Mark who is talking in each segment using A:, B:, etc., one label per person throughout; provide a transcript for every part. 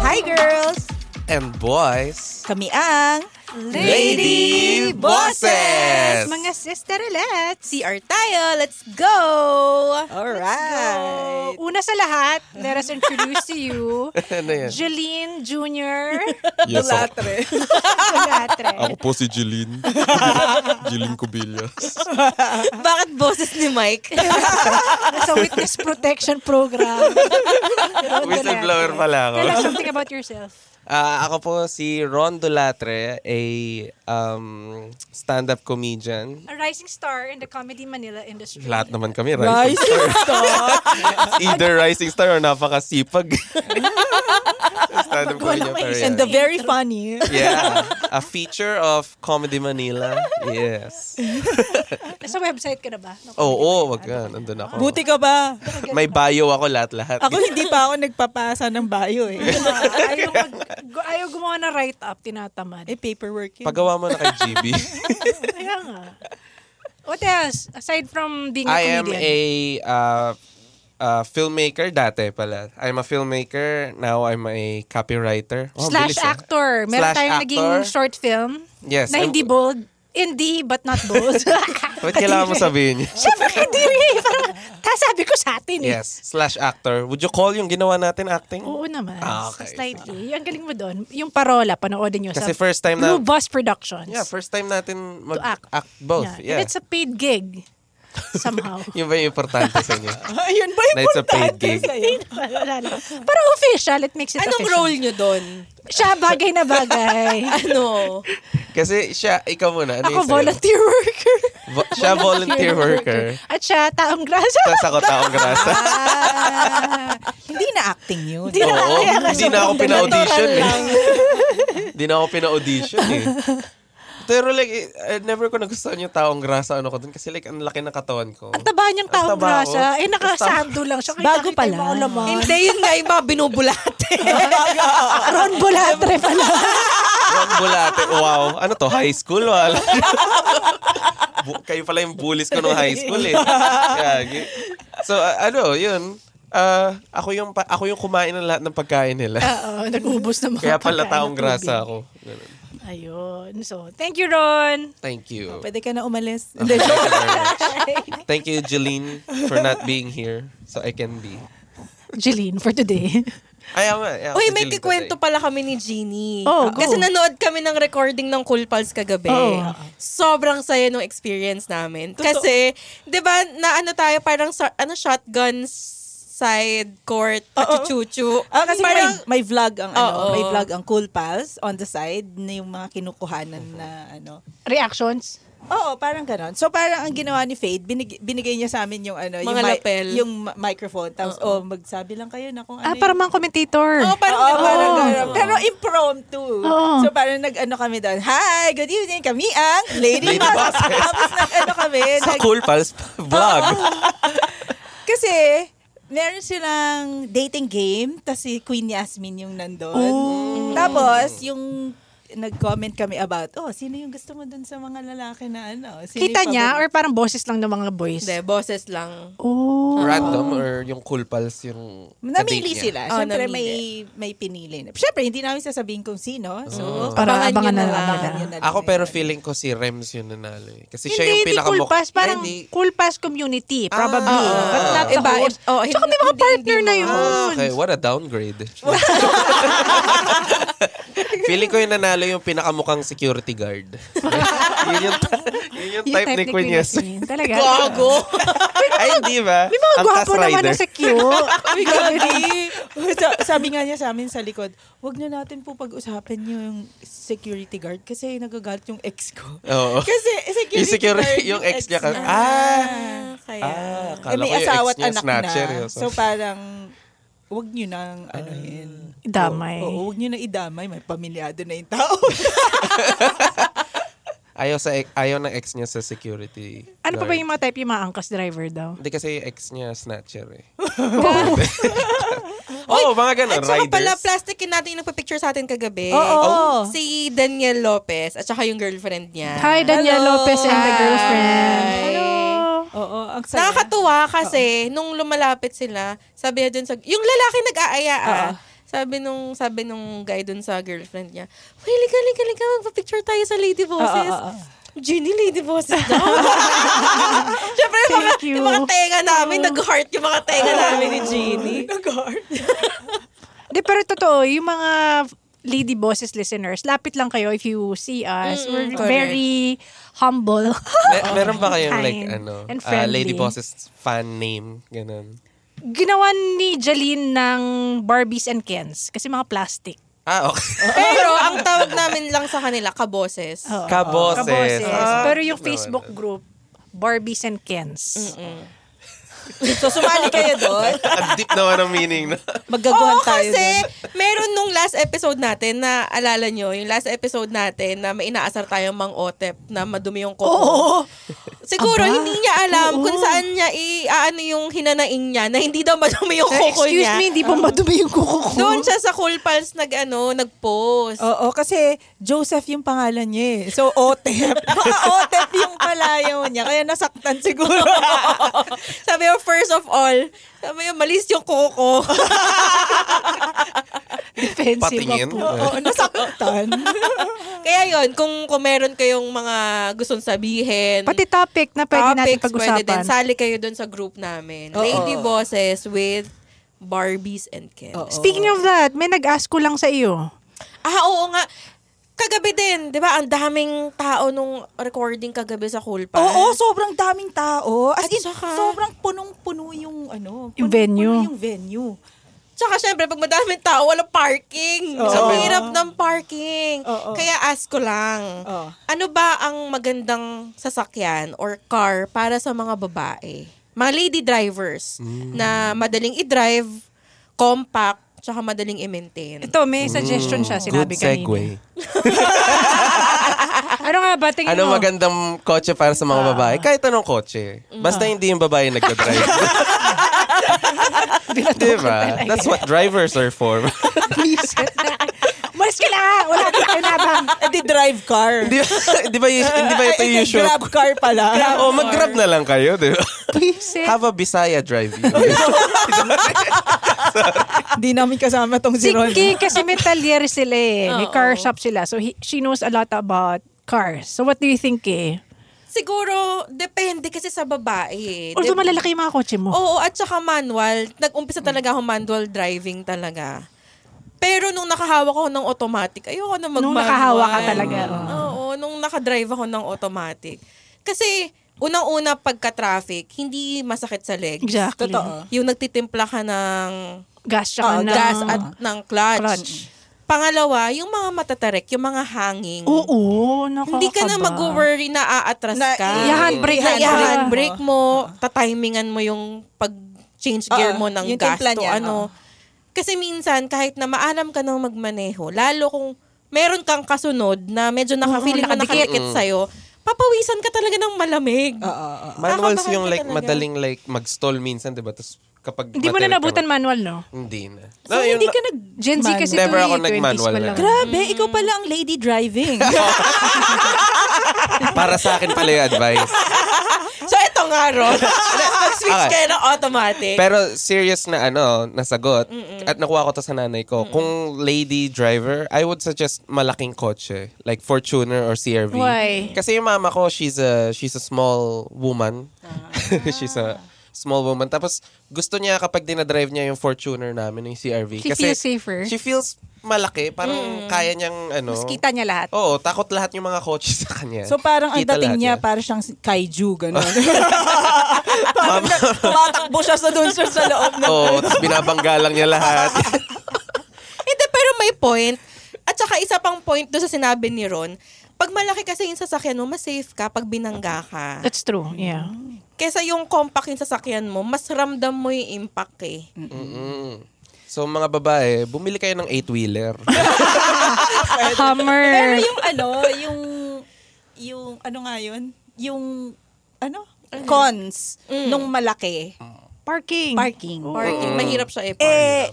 A: Hi girls!
B: and boys.
A: Kami ang
B: Lady Bosses!
A: Mga sisterlets! CR tayo! Let's go!
C: So,
A: Alright!
C: una sa lahat, let us introduce to you
B: ano yan?
C: Jeline Jr.
D: Yes, ako,
A: Latre.
D: ako
C: Bulatre.
D: po si Jeline. Jeline Cubillas.
A: Bakit boses ni Mike?
C: Sa Witness Protection Program.
B: Whistleblower pala ako.
C: Tell us something about yourself.
B: Ah, ako po si Ron Dolatre, a um, stand-up comedian.
C: A rising star in the Comedy Manila industry.
D: Lahat naman kami, right?
A: Rising star!
B: Either rising star or napakasipag. stand-up comedian. pero
A: And the
B: yan.
A: very funny.
B: Yeah. A feature of Comedy Manila. Yes.
C: Nasa website ka na ba? No,
B: Oo, oh, wag na. Nandun ako.
A: Buti ka ba?
B: May bio ako lahat-lahat.
A: Ako hindi pa ako nagpapasa ng bayo eh.
C: ah, ayaw, mag, gu- ayaw gumawa na write-up, tinatamad.
A: Eh, paperwork yun.
B: Pagawa mo na kay GB.
C: Kaya nga. What else? Aside from being a
B: I am
C: comedian.
B: a uh, uh, filmmaker dati pala. I'm a filmmaker. Now I'm a copywriter. Oh,
C: Slash
B: bilis ah.
C: actor. Meron
B: Slash
C: tayong naging
B: actor.
C: short film
B: Yes.
C: na
B: I'm-
C: hindi bold. Indie, but not bold.
B: Ba't kailangan mo sabihin yun?
C: Siyempre, hindi rin. Parang, sabi ko sa atin eh.
B: yes. Slash actor. Would you call yung ginawa natin acting?
C: Oo naman.
B: Ah, okay.
C: Slightly. Ang galing mo doon. Yung parola, panoodin nyo
B: Kasi
C: sa
B: first time na...
C: Blue Bus Productions.
B: Yeah, first time natin
C: to act.
B: mag-act both.
C: Yeah.
B: Yeah.
C: And it's a paid gig. Somehow.
B: Yun ba yung importante sa inyo?
A: Ayun ba
B: Na it's a paid
A: importante
B: gig.
A: sa'yo?
C: Wala lang. Pero official, it makes it
A: Anong
C: official.
A: role nyo doon?
C: Siya, bagay na bagay.
A: Ano?
B: Kasi siya, ikaw muna. Ano
C: Ako
B: yung sa'yo?
C: volunteer worker.
B: Vo- siya volunteer worker.
C: At siya, taong grasa.
B: Tapos ako taong grasa.
A: Ah, hindi na acting yun.
C: Hindi na
B: Oo,
C: kaya ka
B: hindi na ako
C: sobrang
B: pina-audition
C: natural
B: eh.
C: lang.
B: Hindi na ako pina-audition eh. Pero like, eh, I never ko nagustuhan yung taong grasa ano ko dun. Kasi like, ang laki ng katawan ko.
C: Ang taba niyang taong
B: taba ko.
C: grasa. Eh, nakasando lang siya. Kaya
A: Bago
C: nakita
A: pala.
C: yung mga laman.
A: Hindi, yun nga yung mga binubulate.
C: Ron Bulatre pala.
B: Ron Bulate. Wow. Ano to? High school? Wala. Bu- kayo pala yung bullies ko nung high school eh. Gagi. So, a- ano, yun. Ah, ako yung pa- ako yung kumain ng lahat ng pagkain nila.
C: Oo, nag-ubos na mga
B: Kaya
C: Ah,
B: pala
C: pagkain
B: taong
C: ng
B: grasa
C: tubig.
B: ako. Ganun.
C: Ayun. So, thank you, Ron.
B: Thank you.
A: Pwede ka na umalis.
B: Thank you very much. Thank you, Jeline, for not being here so I can be.
C: Jeline, for today.
B: Ay, ama. Yeah,
A: Uy,
B: si
A: may
B: Jeline
A: kikwento
B: today.
A: pala kami ni Jeannie.
C: Oh, go.
A: Kasi nanood kami ng recording ng Cool Pals kagabi.
C: Oh.
A: Sobrang saya nung experience namin. Kasi, di ba, na ano tayo, parang sa, ano, shotgun side court, pachuchuchu.
E: Ah, kasi
A: parang,
E: may, may vlog ang
A: Oo.
E: ano, may vlog ang Cool Pals on the side na yung mga kinukuhanan na
B: Uh-huh.
E: ano.
C: Reactions?
E: Oo, parang ganon. So parang ang ginawa ni Fade, binig- binigay niya sa amin yung ano, yung,
A: Mga
E: mi-
A: lapel.
E: yung ma- microphone. Tapos, oh, magsabi lang kayo na kung ano
C: Ah, parang mga commentator.
A: Oh,
E: Oo, parang,
A: Oo.
E: parang ganon. Pero impromptu.
C: Oo.
E: So parang nag-ano kami doon, Hi, good evening, kami ang Lady,
B: Lady
E: Boss.
B: Bosses.
E: Tapos nag-ano kami,
B: Sa
E: nag-
B: Ah, Cool Pals vlog.
E: Kasi, meron silang dating game, tapos si Queen Yasmin yung nandun. Tapos, yung nag-comment kami about, oh, sino yung gusto mo dun sa mga lalaki na ano? Sino
C: Kita
E: yung
C: niya or
E: paborito?"
C: parang boses lang ng mga boys?
A: Hindi, boses lang.
C: Oh.
B: Random or yung cool pals yung
E: Namili
B: kadate niya?
E: sila.
A: Oh, namili.
E: Siyempre, may, may pinili. na- Siyempre, hindi namin sasabihin kung sino. So,
C: Para
A: Abangan nyo
C: abangan na
A: na
C: lang.
A: lang.
C: nila.
E: yun na lang
B: Oh. Ako
E: yun.
B: pero feeling ko si Rems yung nanalo eh. Kasi siya
C: hindi,
B: yung
C: hindi cool
B: pinakamukha.
C: pass. Parang
B: Hindi.
C: cool pass community, probably.
B: Ah,
C: But not the
A: Iba,
C: host.
A: if- oh,
C: Tsaka may
A: hindi-
C: mga
A: hindi-
C: partner
A: hindi
C: na
A: mo-
C: yun.
B: Ah, okay, what a downgrade. feeling ko yung nanalo yung pinakamukhang security guard. yun yung, yun yung
C: Yung
B: type ni
C: type
B: Queen Yes.
C: Queen. Talaga.
B: Ay, hindi ba?
C: May mga
B: Ang
C: gwapo
B: task
C: naman
B: rider.
C: na sa queue.
E: Uy, grabe. Sa- sabi nga niya sa amin sa likod, wag na natin po pag-usapan yung security guard kasi nagagalit yung ex ko.
B: Oo.
E: Kasi security,
B: Yung security-
E: guard
B: yung ex niya ka-
E: Ah!
A: Ah, kaya.
B: Ah,
E: Eh,
B: akala
E: may
B: ko yung
E: asawa
B: ex
E: at
B: niya
E: anak
B: snatcher. eh, Ah.
E: na.
B: yun.
E: So parang, wag nyo nang ano yun.
C: Damay.
B: Oh,
E: Oo, wag nyo nang idamay. May pamilyado na yung tao.
B: ayaw, sa, e- ayaw ng ex niya sa security
C: Ano pa ba
B: guard.
C: yung mga type yung mga angkas driver daw?
B: Hindi kasi yung ex niya snatcher eh. Oo, oh, mga ganun,
A: At saka
B: riders.
A: pala, plastikin natin yung nagpa-picture sa atin kagabi. Oh.
E: Oo.
A: Si Daniel Lopez at saka yung girlfriend niya.
C: Hi, Daniel
E: Hello.
C: Lopez and the girlfriend.
A: Hi.
C: Hello.
E: Oo, ang saya.
A: Nakakatuwa kasi nung lumalapit sila, sabi niya dun sa, yung lalaki nag-aaya ah.
E: Oo.
A: Sabi nung sabi nung guy dun sa girlfriend niya, "Uy, liga, liga, liga, magpa-picture tayo sa Lady Bosses."
E: Oo, oo,
A: Ginny, Lady Bosses daw. Siyempre, yung mga,
C: Thank you.
A: yung mga tenga namin, nag-heart yung mga tenga namin ni Ginny. Nag-heart.
C: De, pero totoo, yung mga lady bosses listeners, lapit lang kayo if you see us. We're
A: correct.
C: very humble.
B: Me- Eh, meron ba kayong like
C: Kind
B: ano,
C: and
B: ah,
C: friendly.
B: Lady Boss's fan name, ganun?
C: Ginawa ni Jaline ng Barbies and Kens kasi mga plastic.
B: Ah, okay.
A: Pero ang tawag namin lang sa kanila, kaboses.
B: Kaboses.
C: Kaboses.
B: Ah,
C: pero yung
B: naman.
C: Facebook group, Barbies and Kens.
E: So, sumali kayo doon.
B: Ang deep naman ang meaning na.
E: Magaguhan
A: Oo,
E: tayo
A: kasi
E: doon.
A: meron nung last episode natin na alala nyo, yung last episode natin na may inaasar tayong mang otep na madumi yung kuko. Siguro
C: Aba.
A: hindi niya alam
C: Oo.
A: kung saan niya i ano yung hinanaing niya na hindi daw madumi yung
C: Eh,
A: kuko
C: excuse
A: niya.
C: me, hindi pa madumi yung kuko ko.
A: Doon siya sa Cool Pals nag ano, nag-post.
E: Oo, kasi Joseph yung pangalan niya eh. So, Otep. Otep yung palayaw niya. Kaya nasaktan siguro.
A: Sabi ko, first of all, sabi ko, malis yung kuko.
C: Defensive
B: Patingin.
C: ako.
E: Oo, nasaktan.
A: Kaya yon kung, kung meron kayong mga gustong sabihin,
C: Pati topic na pwede natin
A: topics,
C: pag-usapan.
A: pwede din. Sali kayo dun sa group namin. Lady Bosses with Barbies and Ken.
C: Speaking of that, may nag-ask ko lang sa iyo.
A: Ah, oo nga. Kagabi din, di ba? Ang daming tao nung recording kagabi sa Kulpa.
E: Oo, sobrang daming tao. As
A: At
E: in,
A: saka-
E: sobrang punong-puno yung ano.
C: Yung
E: punong-puno
C: venue.
E: Yung venue.
A: Tsaka syempre, pag madaming tao, wala parking. Ang hirap ng parking.
E: Oo.
A: Kaya ask ko lang,
E: Oo.
A: ano ba ang magandang sasakyan or car para sa mga babae? Mga lady drivers na madaling i-drive, compact, tsaka madaling i-maintain.
C: Ito, may suggestion siya, sinabi
B: Mm, Good
C: kanina.
B: segue.
C: Ano nga ba tingin
B: Ano
C: mo?
B: magandang kotse para sa mga babae? Kahit anong kotse. Basta hindi yung babae nagdadrive. diba? That's what drivers are for.
C: Please. Umalis ka na! Wala ka tayo na bang.
E: Eh, di drive car.
B: Di di ba, yun- hindi ba ito
E: Ay,
B: yung usual?
E: Grab car pala.
B: O, mag-grab na lang kayo, di ba?
C: Please. eh.
B: Have a Bisaya drive.
E: Di namin kasama tong si
C: Si
E: Ron.
C: Kay kasi may talyer sila eh. May
A: Oo.
C: car shop sila. So he- she knows a lot about cars. So what do you think eh?
A: Siguro, depende kasi sa babae. eh. Dep-
C: Although malalaki yung mga kotse mo.
A: Oo,
E: Oh.
A: at saka manual. Nag-umpisa talaga ako manual driving talaga. Pero nung nakahawak ako ng automatic, ayoko na mag
C: Nung nakahawa ka talaga.
A: Oo, nung nakadrive ako ng automatic. Kasi, unang-una pagka-traffic, hindi masakit sa legs.
C: Exactly.
E: Totoo.
A: Yung nagtitimpla ka ng
C: Gas siya
E: Oo,
C: na.
A: gas at ng clutch.
C: Clutch.
A: Pangalawa, yung mga matatarek, yung mga hanging.
C: Oo, nakakaba.
A: Hindi ka na mag-worry na aatras
E: Na-
A: ka.
C: I-handbrake
A: na
C: na
E: i-handbrake
C: iba.
A: i-handbrake mo, tatimingan mo yung pag-change gear
E: Oo,
A: mo ng
E: yung
A: gas
E: timpla
A: to
E: niya,
A: ano.
E: oo.
A: Kasi minsan, kahit na maalam ka ng magmaneho, lalo kung meron kang kasunod na medyo naka-feel
C: Oo,
A: mo
C: nakadikit.
A: nakadikit sa'yo, papawisan ka talaga ng malamig.
B: Manuals
A: Kakabahan
B: yung
A: ka
B: like
A: talaga.
B: madaling like mag-stall minsan, di ba? Tapos kapag
C: Hindi mo na
B: material
C: nabutan
B: ka-
C: manual, no?
B: Hindi na.
E: So, hindi ka nag...
C: Gen Z kasi
B: Never
C: to
B: ako
C: eh, 20s
B: nag-manual
C: pa
B: na.
C: lang.
E: Grabe, ikaw pala ang lady driving.
B: Para sa akin pala yung advice.
A: So, ito nga, Ron. Mag-switch
B: Okay.
A: kayo ng automatic.
B: Pero serious na ano, nasagot. At nakuha ko to sa nanay ko. Kung lady driver, I would suggest malaking kotse. Like Fortuner or CRV.
C: Why?
B: Kasi yung mama ko, she's a, she's a small woman. she's a small woman. Tapos gusto niya kapag dinadrive niya yung Fortuner namin, yung CRV.
C: She feels safer.
B: She feels malaki. Parang kaya niyang ano.
C: Mas kita niya lahat.
B: Oo, takot lahat yung mga kotse sa kanya.
E: So parang ang
B: Kita lahat
E: dating niya, parang siyang kaiju, gano'n. parang na, tumatakbo siya sa doon sir sa loob ng...
B: Oo, tapos binabangga lang niya lahat.
A: Hindi, pero may point. At saka isa pang point doon sa sinabi ni Ron, pag malaki kasi yung sasakyan mo, mas safe ka pag binangga ka.
C: That's true, yeah.
A: Kesa yung compact yung sasakyan mo, mas ramdam mo yung impact eh.
B: Mm. So mga babae, bumili kayo ng 8-wheeler.
E: Pero
C: Hummer.
E: yung ano, yung... Yung ano nga yun? Yung ano?
A: Mm.
E: Cons nung malaki.
C: Parking.
E: Parking.
A: Parking, mahirap siya eh.
E: Eh,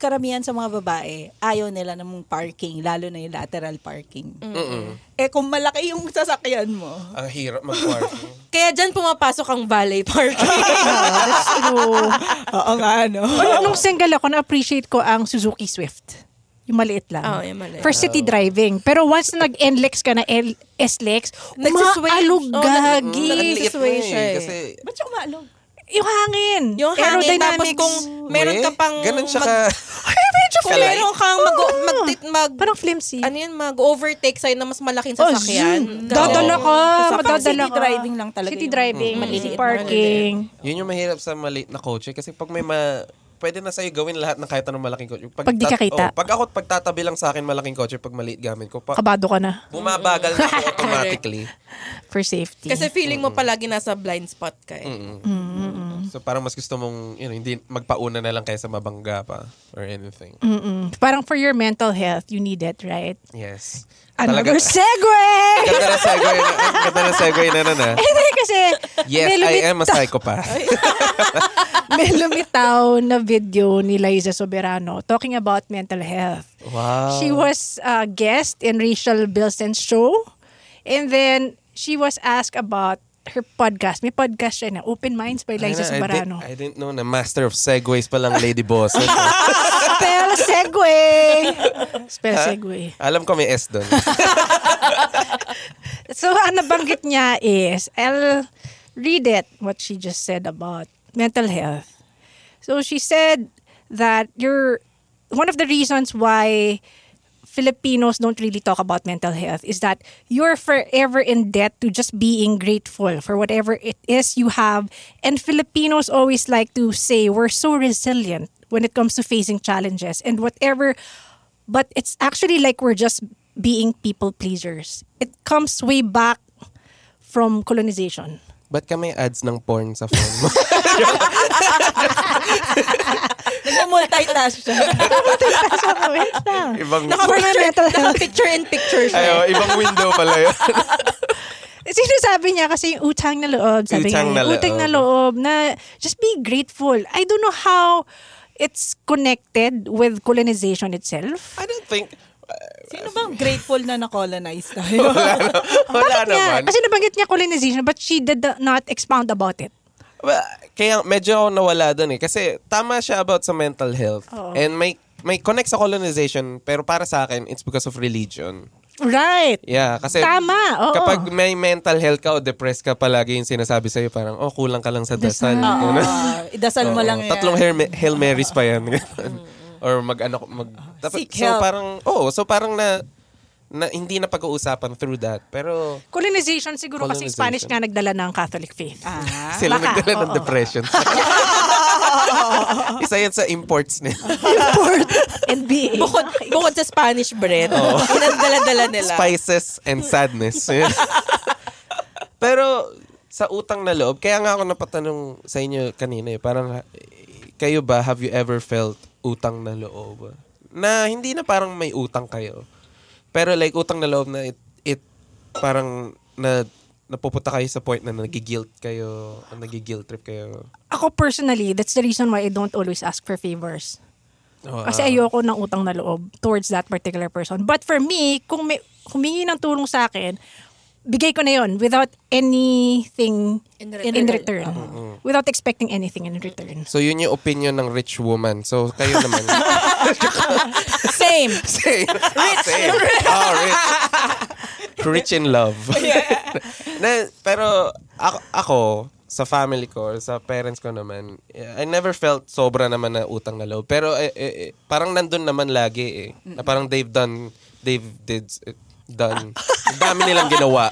E: karamihan sa mga babae, ayaw nila ng parking, lalo na yung lateral parking.
A: Mm.
E: Eh kung malaki yung sasakyan mo,
B: Ang hirap mag-parking.
A: Kaya dyan pumapasok ang valet parking.
B: Ah,
C: That's true.
E: oo nga, no?
C: Nung-
A: oh.
C: Nung single ako, na-appreciate ko ang Suzuki Swift. Yung maliit lang.
A: Oo, yung maliit.
C: For city driving. Pero once na nag-NLEX ka na, L- S-Lex,
A: Nagsisway-
C: umaalog
A: Oo, nag-
C: gagi.
A: nag- Situation eh.
B: Kasi,
E: Ba't siya umaalog?
C: Yung hangin.
A: yung hangin, tapos
C: Aerodynamics.
A: kung meron
B: eh,
A: ka pang...
B: Ganun siya ka...
A: mag-
C: Ay, medyo Ah.
A: kung
B: Kalay.
A: meron kang mag,
E: Ah,
A: mag, mag,
C: Parang flimsy. Oh,
A: ano yun, mag-overtake sa'yo na mas malaking
E: Oh,
A: sasakyan. Ganun.
C: Dadala ka.
E: Sa
C: Madadala
E: city
C: ka.
E: driving lang talaga
C: City
E: yun.
C: driving.
A: Mm. Maliit,
C: Parking.
B: Yun yung mahirap sa maliit na kotse. Kasi pag may ma... Pwede na sa'yo gawin lahat ng kahit anong malaking kotse.
C: Pag di ka
B: tat-
C: kita.
B: oh, pag ako, pagtatabi lang sa akin malaking kotse, pag maliit gamit ko, pa,
C: Kabado ka na.
B: bumabagal na ako automatically.
C: For safety.
A: Kasi feeling mo palagi nasa blind spot ka eh.
B: So parang mas gusto mong, you know, hindi magpauna na lang kaysa mabangga pa or anything.
C: Mm. Parang for your mental health, you need it, right?
B: Yes.
C: Another
B: Talaga-
C: segue!
B: Ganda na segue na. ang Ganda na segue na na na.
C: Hindi kasi,
B: Yes,
C: may
B: I
C: lumitaw-
B: am a psychopath.
C: may lumitaw na video ni Liza Soberano talking about mental health.
B: Wow.
C: She was a guest in Rachel Bilson's show. And then, she was asked about her podcast. May podcast siya na, Open Minds by Liza
B: Ayun na, I didn't-
C: Soberano.
B: I didn't know na master of segues palang lady boss.
C: Spell segue! Spell segue.
B: Alam ko may S doon.
C: So, ang nabanggit niya is, I'll read it, what she just said about mental health. So, she said that you're, one of the reasons why Filipinos don't really talk about mental health is that you're forever in debt to just being grateful for whatever it is you have. And Filipinos always like to say we're so resilient when it comes to facing challenges and whatever, but it's actually like we're just being people pleasers. It comes way back from colonization.
B: Ba't ka may ads ng porn sa phone mo?
E: Nag-multitask siya.
B: ibang,
C: Governmental health.
A: Picture in picture
C: eh.
A: siya.
B: ayo, ibang window pala yun.
C: Sinasabi niya kasi yung utang na loob. Sabi
B: Utang
C: niya,
B: na
C: utang na loob na just be grateful. I don't know how it's connected with colonization itself.
B: I don't think...
E: Sino bang grateful na na-colonize tayo?
B: Wala
C: Bakit niya?
B: naman.
C: Kasi nabanggit niya colonization but she did not expound about it.
B: Well, kaya medyo ako nawala doon eh. Kasi tama siya about sa mental health.
C: Oo.
B: And may, may connect sa colonization, pero para sa akin, it's because of religion.
C: Right.
B: Yeah, kasi
C: Tama, oo.
B: kapag may mental health ka o depressed ka palagi yung sinasabi sa'yo parang, oh, kulang ka lang sa dasal. Ganun.
E: Ah, idasal mo
B: Oo,
E: lang yan.
B: Tatlong Hail, Ma- Hail Marys pa yan. Ganun. Or mag ano mag dapat-
E: Seek
B: so
E: help.
B: parang oh, so parang na, na hindi na pag-uusapan through that. Pero
C: Colonization siguro kasi
B: Colonization.
C: Spanish nga nagdala ng Catholic faith. Ah.
B: sila
C: Baka,
B: nagdala ng
C: oo.
B: depression. Isa yan sa imports nila.
C: NBA.
A: Bukod, bukod sa Spanish bread, pinagdala-dala nila.
B: Spices and sadness. Yun. Pero sa utang na loob, kaya nga ako napatanong sa inyo kanina eh, parang eh, kayo ba, have you ever felt utang na loob? Na hindi na parang may utang kayo. Pero like utang na loob na it, it parang na napupunta kayo sa point na nagigilt kayo, nagigilt trip kayo?
C: Ako personally, that's the reason why I don't always ask for favors.
B: Oh,
C: Kasi
B: ah.
C: ayoko ng utang na loob towards that particular person. But for me, kung may, humingi ng tulong sa akin, bigay ko na yon without anything in,
A: return.
C: in return. Without expecting anything in return.
B: So yun yung opinion ng rich woman. So kayo naman.
A: Same.
B: Same. Rich. Ah, Same. Oh, rich. Rich in love. na, pero ako, ako, sa family ko, sa parents ko naman, I never felt sobra naman na utang na loob. Pero eh, eh, eh, parang nandun naman lagi eh. Na parang they've done, they've did, eh, done. Ang dami nilang ginawa.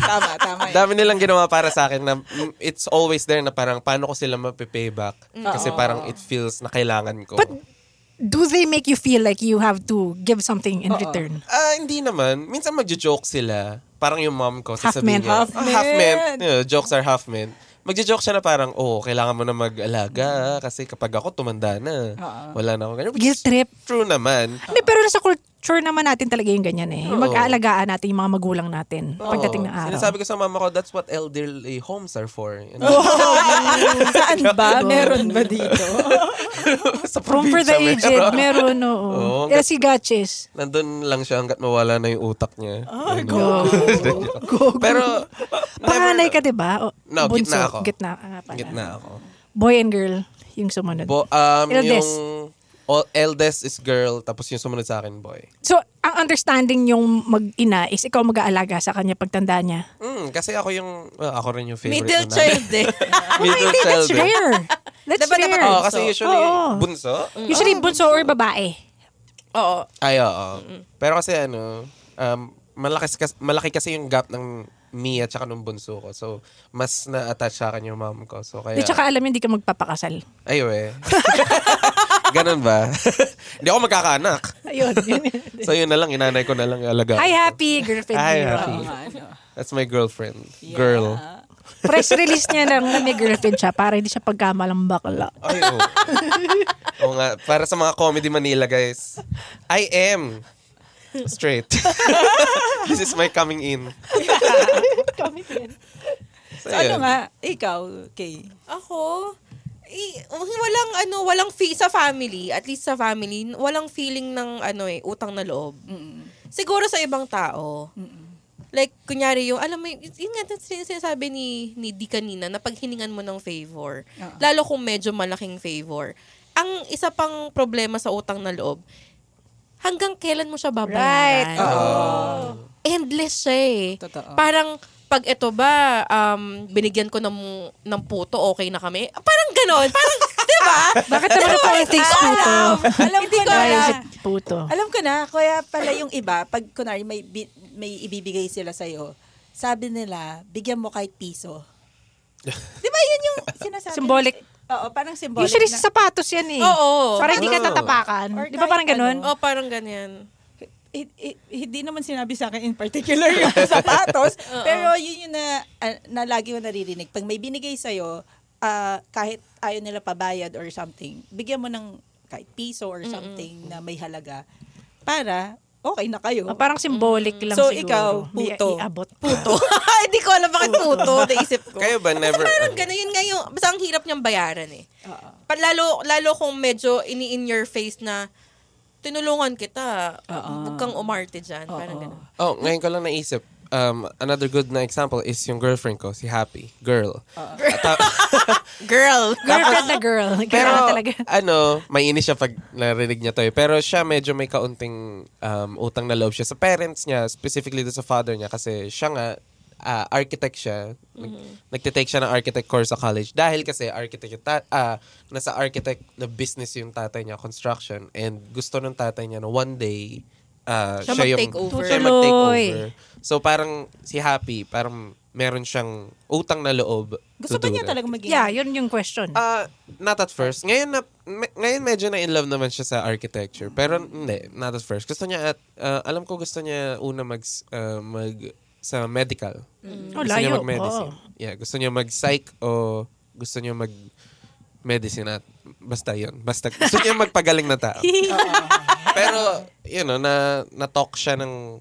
E: tama, tama.
B: Ang dami nilang ginawa para sa akin na mm, it's always there na parang paano ko sila mapipayback. Kasi parang it feels na kailangan ko.
C: But- Do they make you feel like you have to give something in return?
B: Ah, hindi naman. Minsan magjo-joke sila. Parang yung mom ko,
C: Half men.
B: sasabihin niya.
C: Half
B: "Ah, half
E: men."
B: men. You know, jokes are half men. Magjo-joke siya na parang, oh, kailangan mo na
C: Mm.
B: mag-alaga ah, kasi kapag ako tumanda na, wala na ako ganyan. Which
C: Guilt
B: is
C: trip.
B: True naman.
C: Hindi, pero nasa culture naman natin talaga yung ganyan eh. Yung mag-aalagaan natin yung mga magulang natin pagdating ng
B: Oo.
C: araw.
B: Sinasabi ko sa mama ko, that's what elderly homes are for. You know?
C: Oh,
E: Saan ba? Meron ba dito?
B: sa
C: Room for the
B: probinsya, meron.
C: aged, meron, oo.
B: Oo, ang
C: Eh, si Gatches.
B: Nandun lang siya hanggat mawala na yung utak niya. Oh,
C: Go.
B: Pero,
C: Panganay ka, di ba? O,
B: No,
C: bunso.
B: gitna ako.
C: Gitna ka nga pala.
B: gitna ako.
C: Boy and girl, yung sumunod.
B: Bo, um,
C: Eldest.
B: yung all, eldest is girl, tapos yung sumunod sa akin, boy.
C: so, ang understanding yung mag-ina is ikaw mag-aalaga sa kanya pagtanda niya.
B: Mm, kasi ako yung, well, ako rin yung favorite.
A: Middle
B: na nanay.
A: child eh.
B: Middle child.
C: That's rare. That's
A: Dapat
C: rare.
A: naman
B: Oh, kasi usually,
C: Oo.
B: bunso.
C: Usually, bunso or babae.
A: Oo.
B: Ay, oo. Pero kasi ano, um, malaki, kas- malaki kasi yung gap ng me at saka nung bunso ko. So, mas na-attach sa akin yung mom ko. So, kaya,
C: Di tsaka alam yun, di ka magpapakasal.
B: ayo eh. Ganun ba? Hindi ako magkakaanak.
C: Ayun. yun.
B: So, yun na lang, inanay ko na lang alaga.
C: Hi, happy girlfriend. Hi,
B: Hi, happy. That's Oh, my girlfriend. Girl.
C: Press release niya lang na may girlfriend siya para hindi siya pagkamalang bakla.
B: Ay, oo. Oo nga. Para sa mga Comedy Manila, guys. I am straight. This is my coming in. coming in.
E: So, ano nga? Ikaw, okay.
A: Ako, eh, walang ano, walang fee sa family, at least sa family, walang feeling ng ano eh, utang na loob. Siguro sa ibang tao. Like, kunyari yung, alam mo, yun yun nga sin- sinasabi ni, ni Di kanina, na paghiningan mo ng favor. Lalo kung medyo malaking favor. Ang isa pang problema sa utang na loob, hanggang kailan mo siya babayaran? endless siya eh.
E: Totoo.
A: Parang, pag ito ba, um, binigyan ko ng, ng puto, okay na kami? Parang ganon. Parang, di ba?
C: Bakit naman ang politics puto?
E: Alam ko na.
C: Why is it puto?
E: Alam ko na, kaya pala yung iba, pag kunwari may, bi- may ibibigay sila sa'yo, sabi nila, bigyan mo kahit piso. Di ba yun yung sinasabi?
C: Symbolic.
E: Oo, parang symbolic
C: Usually
E: na.
C: sa sapatos yan eh.
A: Oo.
C: Para hindi ka
B: Oo.
C: tatapakan.
E: Or
C: Di ba parang
E: kahit
C: ganun?
E: ano.
A: Oh, parang ganyan.
E: Hi- hi- hindi naman sinabi sa akin in particular yung sapatos, pero yun yung na, ah, na lagi ko naririnig. Pag may binigay sa'yo, ah, kahit ayaw nila pabayad or something, bigyan mo ng kahit piso or something na may halaga para okay na kayo. Mm.
C: Ah, parang symbolic lang
E: So,
C: siguro.
E: ikaw,
C: Hindi
E: puto.
C: Iabot.
A: Puto. Hindi ko alam bakit puto. Naisip ko.
B: Kayo ba never...
A: Parang ganun. Yun nga yung, basta ang hirap niyang bayaran eh. Pa- Lalo, lalo kung medyo ini-in your face na, tinulungan kita. Huwag kang umarte dyan. Parang ganun.
B: Oh, ngayon ko lang naisip. Um, another good na example is yung girlfriend ko, si Happy. Girl. At ta-
A: Girl.
C: Girlfriend na girl.
B: pero,
C: Kailangan talaga.
B: ano, mainis siya pag narinig niya to. eh. Pero siya medyo may kaunting um, utang na loob siya sa parents niya, specifically doon sa father niya. Kasi siya nga, ah, architect siya. Nag- Nagtitake siya ng architect course sa college. Dahil kasi architect yung ta- ah, nasa architect na business yung tatay niya, construction. And gusto ng tatay niya na one day, ah,
A: Siya
B: siya, yung,
A: mag-takeover.
B: siya mag-take
C: Tutuloy.
B: over. So parang si Happy, parang meron siyang utang na loob.
E: Gusto
B: to
E: ba
B: do
E: niya
B: that.
E: talaga maging...
C: Yeah, yun yung question.
B: Ah, not at first. Ngayon na me- ngayon medyo na in love naman siya sa architecture. Pero hindi, not at first. Gusto niya at ah, alam ko gusto niya una mag ah, mag sa medical.
C: Oh,
B: Gusto
C: layo.
B: niya mag-medicine.
C: Oo.
B: Yeah, gusto niya mag-psych o gusto niya mag medicine at basta yun. Basta gusto niya magpagaling na tao. Pero you know na na talk siya ng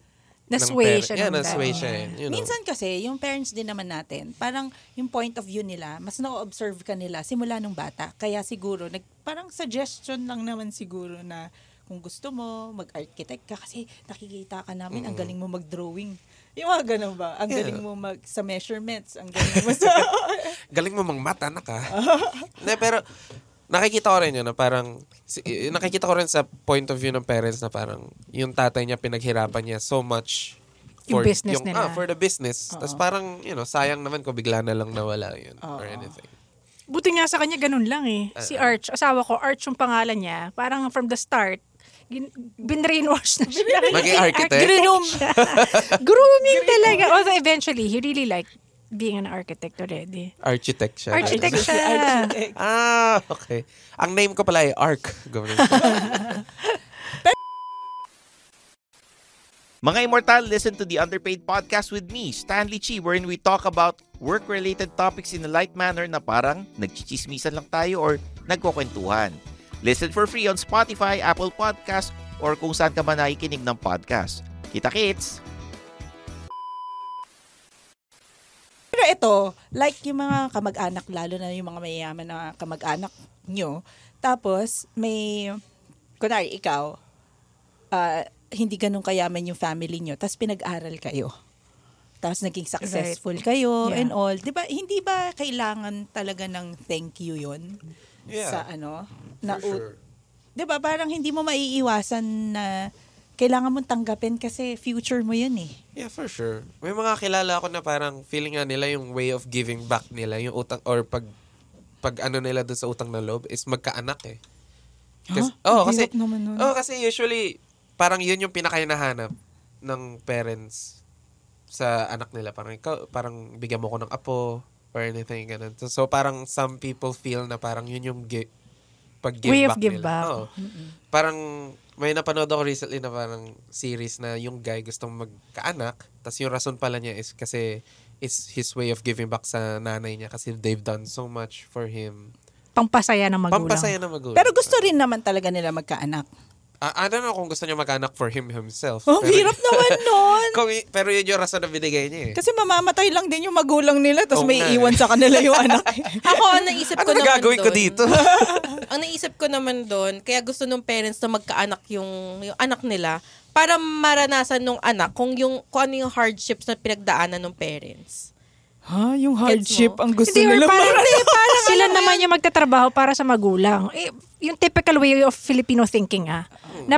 C: Na-sway
B: pera-
C: siya
B: Yeah,
C: ng
B: na-sway
C: dad.
B: siya. eh, You know.
E: Minsan kasi, yung parents din naman natin, parang yung point of view nila, mas na-observe ka nila simula nung bata. Kaya siguro, nag, parang suggestion lang naman siguro na kung gusto mo, mag-architect ka kasi nakikita ka namin, ang galing mo mag-drawing. Yung mga ganun ba? Ang
B: Yeah.
E: galing mo mag sa measurements, ang galing mo sa...
B: galing mo mang mata, anak ah. Na, pero nakikita ko rin yun na parang, si- eh, nakikita ko rin sa point of view ng parents na parang yung tatay niya pinaghirapan niya so much
C: Yung business nila.
B: Ah, for the business. Tapos parang, you know, sayang naman kung bigla na lang nawala yun or anything.
C: Buti nga sa kanya ganun lang eh. Si
B: Ah.
C: Arch, asawa ko, Arch yung pangalan niya. Parang from the start, gin- binrainwash na siya.
B: Maging architect?
C: Groom. Grooming talaga. Although eventually, he really liked being an architect already.
B: Architect siya.
C: Architect siya.
E: Architect.
B: Ah, okay. Ang name ko pala ay Ark. Gawin ko.
F: Mga Immortal, listen to the Underpaid Podcast with me, Stanley Chi, wherein we talk about work-related topics in a light manner na parang nagchichismisan lang tayo or nagkukwentuhan. Listen for free on Spotify, Apple Podcasts, or kung saan ka man nakikinig ng podcast. Kita-kits!
E: Pero ito, like yung mga kamag-anak, lalo na yung mga mayayaman na kamag-anak nyo, tapos may, kunwari ikaw, ah, hindi ganun kayaman yung family nyo, tapos pinag-aral kayo. Tapos naging successful kayo
C: Yeah.
E: and all. Di ba, hindi ba kailangan talaga ng thank you yun?
B: Yeah.
E: Sa ano? Na, ut- Di ba, parang hindi mo maiiwasan na kailangan mong tanggapin kasi future mo yun eh.
B: Yeah, for sure. May mga kilala ako na parang feeling nga nila yung way of giving back nila, yung utang or pag pag ano nila doon sa utang na loob is magkaanak eh. Kasi,
E: Huh?
B: oh,
E: Ang
B: kasi
E: hirap naman
C: Mm.
E: nun.
B: Oh, kasi usually parang yun yung pinakainahanap ng parents sa anak nila parang ikaw parang bigyan mo ko ng apo or anything ganun. So, so parang some people feel na parang yun yung gi- pag give
C: Way
B: back
C: of give
B: nila.
C: back.
B: Oo. Parang may napanood ako recently na parang series na yung guy gustong magkaanak tapos yung rason pala niya is kasi it's his way of giving back sa nanay niya kasi they've done so much for him.
C: Pampasaya ng magulang.
B: Pampasaya na magulang.
E: Pero gusto rin naman talaga nila magkaanak.
B: Ah, I, I don't know kung gusto niya magkaanak for him himself.
E: Oh, hirap naman nun.
B: Kung, y- pero yun yung rason na binigay niya eh.
E: Kasi mamamatay lang din yung magulang nila tapos
B: Oo
E: may
B: nga eh.
E: iwan sa kanila yung anak.
A: Ako, ang naisip
B: ano
A: ko
B: na
A: naman
B: gagawin ko
A: dun-
B: dito?
A: ang naisip ko naman doon, kaya gusto nung parents na magkaanak yung, yung anak nila para maranasan nung anak kung yung kung ano yung hardships na pinagdaanan ng parents.
E: ha? Yung
A: hardship ang
E: gusto
C: Hindi, or parang,
E: Parang,
C: hindi, parang ano sila naman yung magtatrabaho para sa magulang. Eh, yung typical way of Filipino thinking ah. Na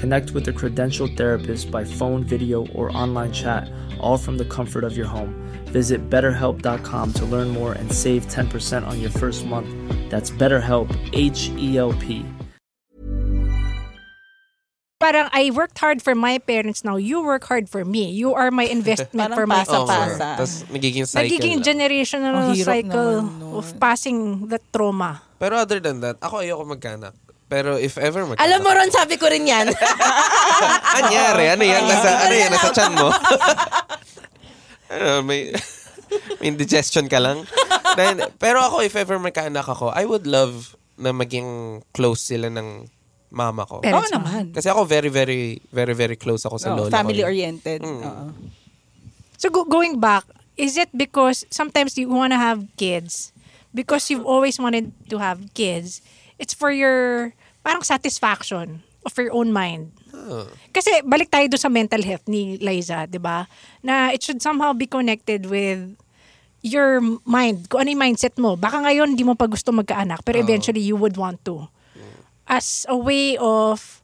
G: Connect with a credentialed therapist by phone, video, or online chat, all from the comfort of your home. Visit betterhelp.com to learn more and save 10% on your first month. That's BetterHelp, H E L P.
C: parang I worked hard for my parents now you work hard for me you are my investment for my
B: Oo nga.
C: future.
B: Tapos nagiging cycle.
C: Nagiging
B: lang.
C: generational
E: Ang hirap
C: cycle of passing the trauma.
B: Pero other than that, ako ayoko magkanak. Pero if ever magkanak.
A: Alam mo ron, sabi ko rin yan.
B: Anyari, ano yan? Nasa, ano yan? Nasa chan mo? ano, may, may indigestion ka lang. Then, pero ako, if ever magkaanak ako, I would love na maging close sila ng mama ko.
E: Parents
C: ah.
E: Oo mo. naman.
B: Kasi ako very, very, very, very close ako
C: Oh,
B: sa
E: Oo,
B: lola ko.
E: family-oriented.
B: Mm.
E: Oo.
C: So go- going back, is it because sometimes you want to have kids because you've always wanted to have kids? It's for your parang satisfaction of your own mind. Kasi balik tayo doon sa mental health ni Liza, 'di ba? Na it should somehow be connected with your mind. Kung ano yung mindset mo. Baka ngayon di mo pa gusto magkaanak, pero
H: Oo.
C: eventually you would want to. As a way of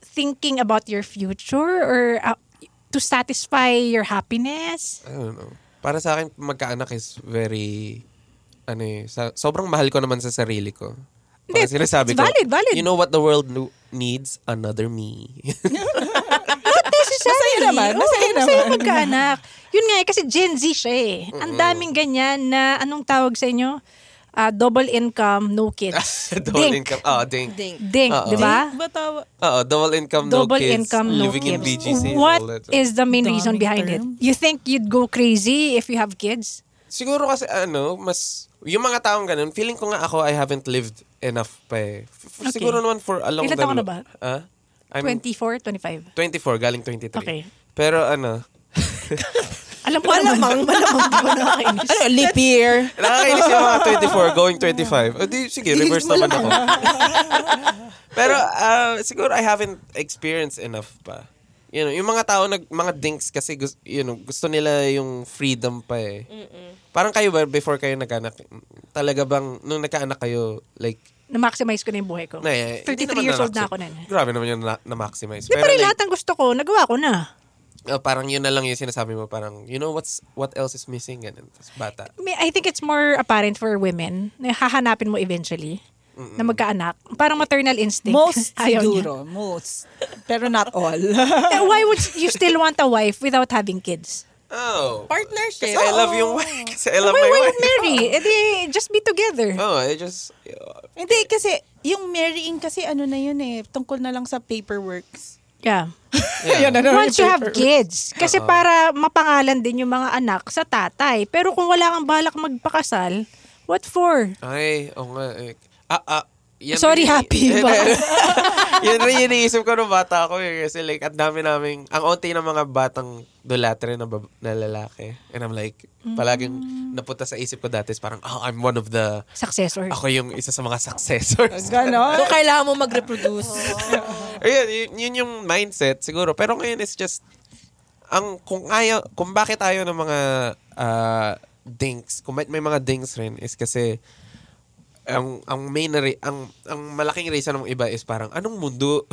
C: thinking about your future or uh, to satisfy your happiness.
B: I don't know. Para sa akin, magkaanak is very, ano eh, sa, sobrang mahal ko naman sa sarili ko. Pag
C: it's
B: sinasabi
C: valid,
B: ko,
C: valid.
B: you know what the world nu- needs? Another me.
C: Necessarily.
E: Masaya naman,
C: Oo,
E: masaya
C: masaya
E: naman.
C: magkaanak. Yun nga eh, kasi Gen Z siya eh. Ang
B: Mm-mm.
C: daming ganyan na anong tawag sa inyo? Ah, double income, no kids.
B: double
C: Dink.
B: income. Oh, dink.
A: Dink.
C: Dink,
B: Oo.
C: di ba?
E: Ba tawag?
B: Oo, double income, no
C: Double
B: kids.
C: income, no
B: living in
C: kids.
B: BGC.
C: What
B: all that.
C: is the main reason behind it? You think you'd go crazy if you have kids?
B: Siguro kasi ano, mas, yung mga taong ganun, feeling ko nga ako, I haven't lived enough pa eh. F- f-
C: Okay.
B: Siguro naman for a long
C: Ilan taon ka na ba?
B: Ah? I'm
C: 24, 25?
B: 24, galing 23.
C: Okay.
B: Pero ano,
C: Alam mo malamang, malamang di ba nakakainis?
A: ano, leap year?
B: Nakakainis yung mga 24 going 25. O di, sige, reverse naman ako. Pero ah, siguro I haven't experienced enough pa. You know, yung mga tao, nag, mga dinks kasi gusto, you know, gusto nila yung freedom pa eh. Parang kayo ba, before kayo nagkaanak, talaga bang, nung nagkaanak kayo, like,
C: Na-maximize ko na yung buhay ko.
B: na, eh, hindi
C: 33
B: naman
C: years old na
B: na-maxi-
C: ako nun. eh.
B: Grabe naman yung na- na-maximize.
C: Di pa rin lahat ng gusto ko, nagawa ko na.
B: oh, parang yun na lang yung sinasabi mo, parang, you know what's what else is missing? Ganun, tas bata.
C: I mean, I think it's more apparent for women na hahanapin mo eventually na magkaanak. Parang maternal instinct.
E: Most
C: Ayaw niya.
E: siguro. Most. Pero not all.
C: Eh, Why would you still want a wife without having kids?
B: Oh.
A: Partnership.
B: Kasi I love
C: oh.
B: yung wife. Kasi I love
C: Why
B: Oh my
C: why
B: wife.
C: not marry? Eh di, just be together.
B: Oh, I just...
E: Hindi, kasi yung marrying kasi ano na yun eh. Tungkol na lang sa paperworks.
C: Yeah.
E: Yeah. Yun, ano, yung
C: Once you have
E: paperwork.
C: kids. Kasi
E: Oo.
C: para mapangalan din yung mga anak sa tatay. Pero kung wala kang balak magpakasal, what for?
B: Ay, oo nga. eh. Ah, ah. yan
C: Sorry,
B: rin-
C: happy
B: Yan
C: ba?
B: rin- yan rin yung iniisip ko nung bata ako eh. Kasi like, ang dami naming, ang onti ng mga batang dulatre na, bab- na lalaki. And I'm like, palaging
C: Mm.
B: napunta sa isip ko dati is parang, oh, I'm one of the,
C: Successor.
B: ako yung isa sa mga successors.
A: Ganon. So, kailangan mo mag-reproduce.
B: Ayun, yun, yun yung mindset siguro. Pero ngayon it's just ang kung ayaw, kung bakit ayaw ng mga ah, dinks, kung may, may mga dinks rin is kasi ang ang main na re- ang ang malaking reason ng iba is parang anong mundo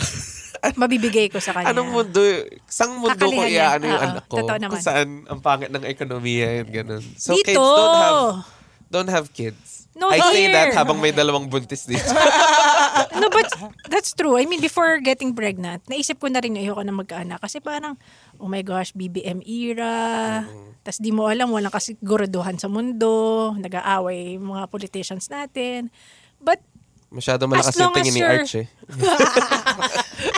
C: Mabibigay ko sa kanya.
B: anong mundo sang mundo ko
C: Kakalihan yan.
B: iaano yung
C: Oo,
B: anak ko
C: totoo naman.
B: kung saan ang pangit ng ekonomiya and ganun so
C: Dito!
B: kids don't have don't have kids
C: No,
B: I say
C: here!
B: that habang may dalawang buntis dito
C: no, but that's true. I mean, before getting pregnant, naisip ko na rin na ayoko na magkaanak. Kasi parang, oh my gosh, BBM era.
B: Mm-hmm.
C: tas di mo alam, walang kasiguraduhan sa mundo. Nag-aaway yung mga politicians natin. But
B: masyado
C: As
B: malakas yung
C: long as
B: tingin ni
C: you're-
B: Arch eh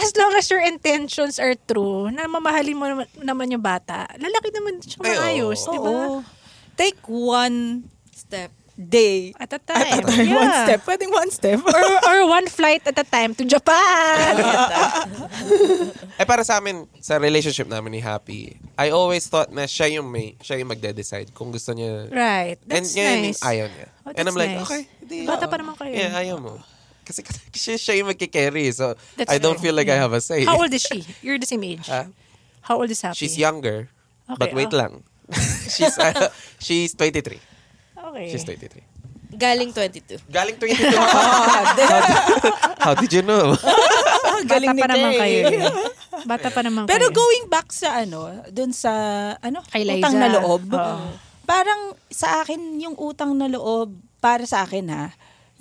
C: as long as your intentions are true, na mamahalin mo naman, naman yung bata, lalaki naman
E: Ay,
C: siya
E: oo.
C: maayos, di ba?
E: Oo. Take one
A: step.
E: day.
C: At a time.
E: time. One
C: Yeah.
E: step. Pwedeng one step.
C: or, or one flight at a time to Japan.
B: Eh para sa amin, sa relationship namin ni Happy, I always thought na siya yung may, siya yung magde-decide kung gusto niya.
C: Right.
B: And
C: That's
B: ngayon,
C: nice.
B: ayaw niya.
C: Oh,
B: And I'm
C: that's
B: like,
C: nice.
B: okay.
C: Bata pa naman kayo.
B: Yeah, ayaw mo. Kasi, kasi siya, siya yung magkikerry. So,
C: That's
B: I don't
C: fair.
B: feel like I have a say.
C: How old is she? You're the same age.
B: Ha?
C: How old is Happy?
B: She's younger.
C: Okay,
B: but wait
C: oh.
B: lang. she's, uh, she's 23.
C: Okay.
B: She's 23.
A: Galing 22.
B: Galing 22.
E: Oh,
B: How did you know?
C: Bata
E: Galing ni
C: "Ah, pa naman
E: Kay.
C: kayo. eh. Bata pa naman
E: Pero
C: kayo.
E: going back sa ano, dun sa ano,
C: Kay Liza.
E: utang na loob.
C: Oo.
E: Parang sa akin yung utang na loob para sa akin ha,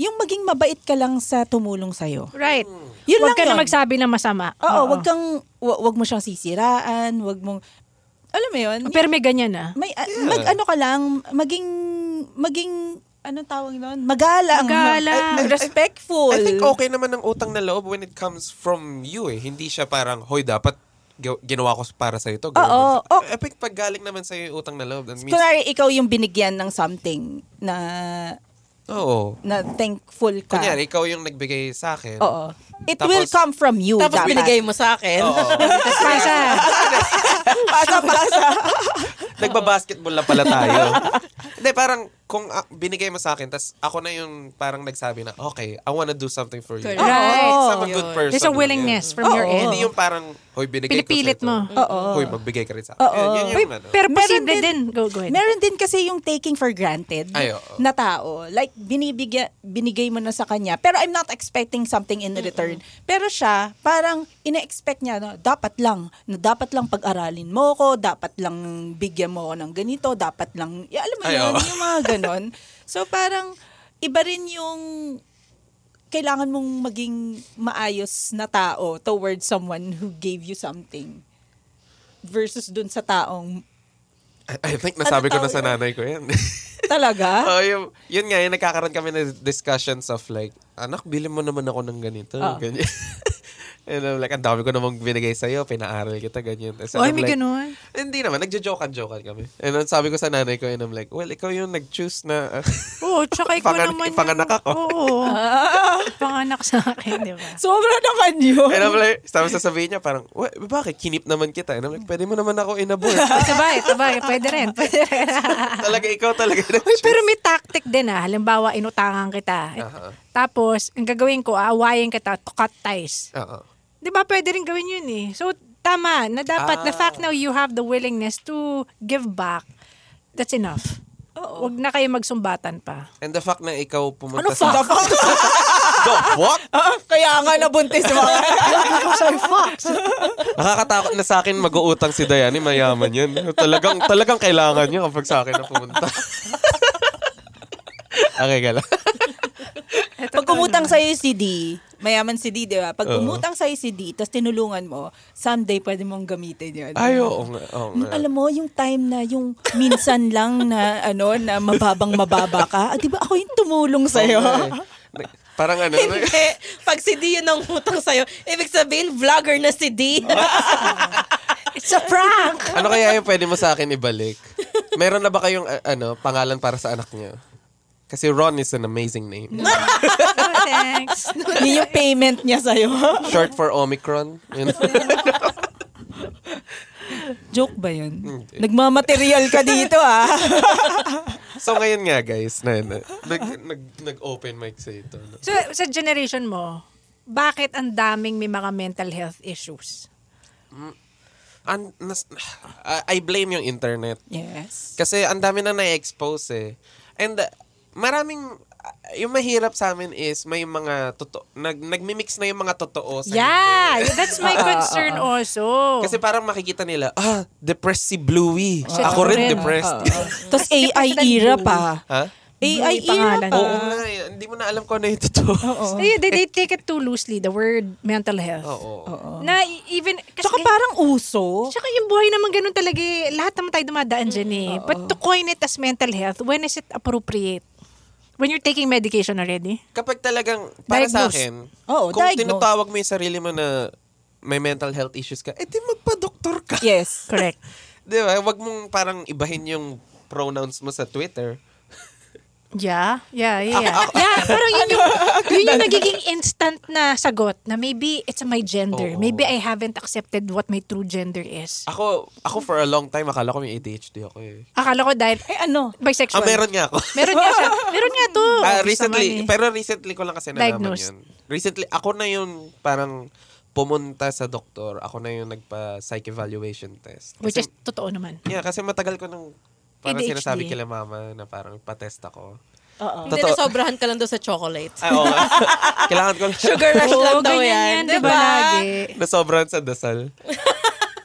E: yung maging mabait ka lang sa tumulong sa'yo.
C: Right.
E: Yun
C: Huwag
E: lang
C: ka na
E: yun.
C: magsabi na masama.
E: Oo, wag kang wa- wag mo siyang sisiraan, wag mong alam mo yun.
C: Pero may ganyan ah.
E: May ah,
C: Yeah.
E: mag ano ka lang maging maging ano tawag noon? Magalang. Mag- respectful.
B: I think okay naman ang utang na loob when it comes from you eh. Hindi siya parang, hoy, dapat gaw- ginawa ko para sa ito.
E: Oo.
B: Oh, I think pag galing naman sa'yo yung utang na loob, that means,
E: Kunwari, ikaw yung binigyan ng something na
B: oo.
E: na thankful ka.
B: Kunyari, ikaw yung nagbigay sa akin.
E: Oo. It
B: Tapos-
E: will come from you.
A: Tapos
E: dapat.
A: binigay mo sa akin.
C: Pasa.
E: pasa, pasa.
B: Nagba-basketball lang pala tayo. Hindi, parang kung ah, binigay mo sa akin, tas ako na yung parang nagsabi na, okay, I wanna do something for you.
C: Correct.
B: Because I'm a good
C: Yun.
B: person.
C: There's a willingness
B: Ganyan.
C: from your
B: Oo.
C: end.
B: Hindi yung parang, hoy, binigay
C: Pinipilit
B: ko sa
C: mo.
B: ito.
E: Oo.
B: Hoy, magbigay ka rin sa akin.
E: Oo.
B: Yun, yun yung ano.
C: Pero
E: Meron
C: posible din. Go, go ahead.
E: Meron din kasi yung taking for granted
B: Ay, oo.
E: na tao. Like, binibigya, binigay mo na sa kanya. Pero I'm not expecting something in return. Pero siya, parang ina-expect niya na dapat lang, na dapat lang pag-aralin mo ko, dapat lang bigyan mo ako ng ganito, dapat lang, ya, alam mo
B: Ay,
E: yun,
B: oo.
E: yung mga ganon. so parang, iba rin yung kailangan mong maging maayos na tao towards someone who gave you something versus dun sa taong
B: I- I think nasabi ko na sa
C: Ano
B: nanay ko yan.
E: Talaga?
C: Ah.
B: oh, yung, yun nga, yung nagkakaroon kami ng discussions of like, anak, bilhin mo naman ako ng ganito.
E: Ah.
B: Ganyan. And I'm like, ang dami ko namang binigay sa'yo, pinaaral kita, ganyan. Tapos
C: Oy,
B: I'm
C: may
B: like,
C: ganun.
B: Hindi naman, nagjo-joke-joke kami. And then sabi ko sa nanay ko, and I'm like, well, ikaw yung nag-choose na
C: Oo, tsaka ikaw
B: Pangan-
C: naman. yung-
B: panganak ako.
C: Oo. panganak sa akin, di ba?
E: Sobra na kanyo.
B: And I'm like, tapos sasabihin niya parang, "Wait, bakit? Kinip naman kita. And I'm like, pwede mo naman ako inabort.
C: Sabay, sabay. Pwede rin. Pwede rin.
B: talaga, ikaw talaga.
C: Uy, pero may tactic din ah. Halimbawa, inutangan kita.
B: Aha.
C: Tapos, ang gagawin ko, aawayin kita to cut ties.
B: Oo.
C: Di ba pwede rin gawin yun eh. So, tama na dapat, the
B: Ah.
C: fact now you have the willingness to give back, that's enough. Oo. Huwag na kayo magsumbatan pa.
B: And the fact na ikaw pumunta
C: Ano fuck?
B: sa... The fuck?
E: Ah, Kaya nga nabuntis mga.
C: Sorry, fuck.
B: Nakakatakot na sa akin mag-uutang si Dayani, mayaman yun. Talagang, talagang kailangan niya kapag sa akin na pumunta. okay, gala.
E: Pag umutang sa'yo si D, mayaman si D, di ba? Pag
B: Oo.
E: umutang sa'yo si D, tapos tinulungan mo, someday pwede mong gamitin yun.
B: Ay, oo nga. Oo
E: Yung
B: nga.
E: Alam mo, yung time na yung minsan lang na ano na mababang mababa ka, ah, di ba ako yung tumulong sa'yo?
B: Oo nga eh. Parang ano,
A: Hindi. Pag si D yun ang utang sa'yo, ibig sabihin, vlogger na si D.
C: It's a prank!
B: ano kaya yung pwede mo sa akin ibalik? Meron na ba kayong a- ano pangalan para sa anak niya? Kasi Ron is an amazing name.
C: No, thanks.
E: Yun yung payment niya sa'yo.
B: Short for Omicron. Yun.
E: Joke ba yun? Nagmamaterial ka dito ah.
B: so ngayon nga guys, na, na, nag, nag, nag-open mic sa ito. no?
C: So, sa generation mo, bakit ang daming may mga mental health issues?
B: An, nas, I I blame yung internet.
E: Yes.
B: Kasi ang dami na na-expose eh. And uh, maraming, uh, yung mahirap sa amin is may mga totoo, nag, nagmimix na yung mga totoo sa
C: Yeah, that's my concern also.
B: Kasi parang makikita nila, ah, depressed si
E: Oh,
B: Bluey.
C: Shit,
B: ako
C: ako
B: rin
C: rin.
B: depressed.
E: Tapos AI era pa.
B: ha?
E: AI
C: Blue yung
E: era
C: pangalan
E: pa.
B: Oo nga, eh, hindi mo na alam kung ano yung totoo.
E: Oo.
C: They, Eh, they, they take it too loosely, the word mental health.
B: Oo.
C: Na e- even... Kasi,
E: Tsaka parang uso.
C: Tsaka yung buhay naman ganun talaga eh. Lahat naman tayo dumadaan dyan eh.
B: Mm.
C: But to coin it as mental health, when is it appropriate? When you're taking medication already?
B: Kapag talagang, para sa
C: Diagnose.
B: akin,
E: Oo,
B: kung
E: diagnose.
B: tinatawag mo yung sarili mo na may mental health issues ka, eh di magpa-doktor ka.
E: Yes.
C: Correct.
B: Di ba? Huwag mong parang ibahin yung pronouns mo sa Twitter.
C: Yeah, yeah, yeah. yeah, parang yun yung, yun yung nagiging instant na sagot na maybe it's my gender.
B: Oo. Ah.
C: Maybe I haven't accepted what my true gender is.
B: Ako, ako for a long time, akala ko may ADHD ako eh.
C: Akala ko dahil
E: Eh ano?
C: bisexual.
B: Ah, meron nga ako.
C: Meron nga siya. Meron nga to.
B: Ah,
C: Obvious
B: recently,
C: naman eh.
B: pero recently ko lang kasi nalaman
C: Diagnosed.
B: yun. Recently, ako na yung parang pumunta sa doktor. Ako na yung nagpa-psych evaluation test.
C: Which
B: Kasi,
C: is totoo naman.
B: yeah, kasi matagal ko nang parang
C: ADHD.
B: sinasabi kila mama na parang patest ako.
E: Oo.
A: Hindi
B: Totoo.
A: na sobrahan ka lang doon sa chocolate.
B: Ah, oo. Kailangan ko
A: Sugar rush lang daw yan.
C: Diba? Lagi.
B: na sobrang sa dasal.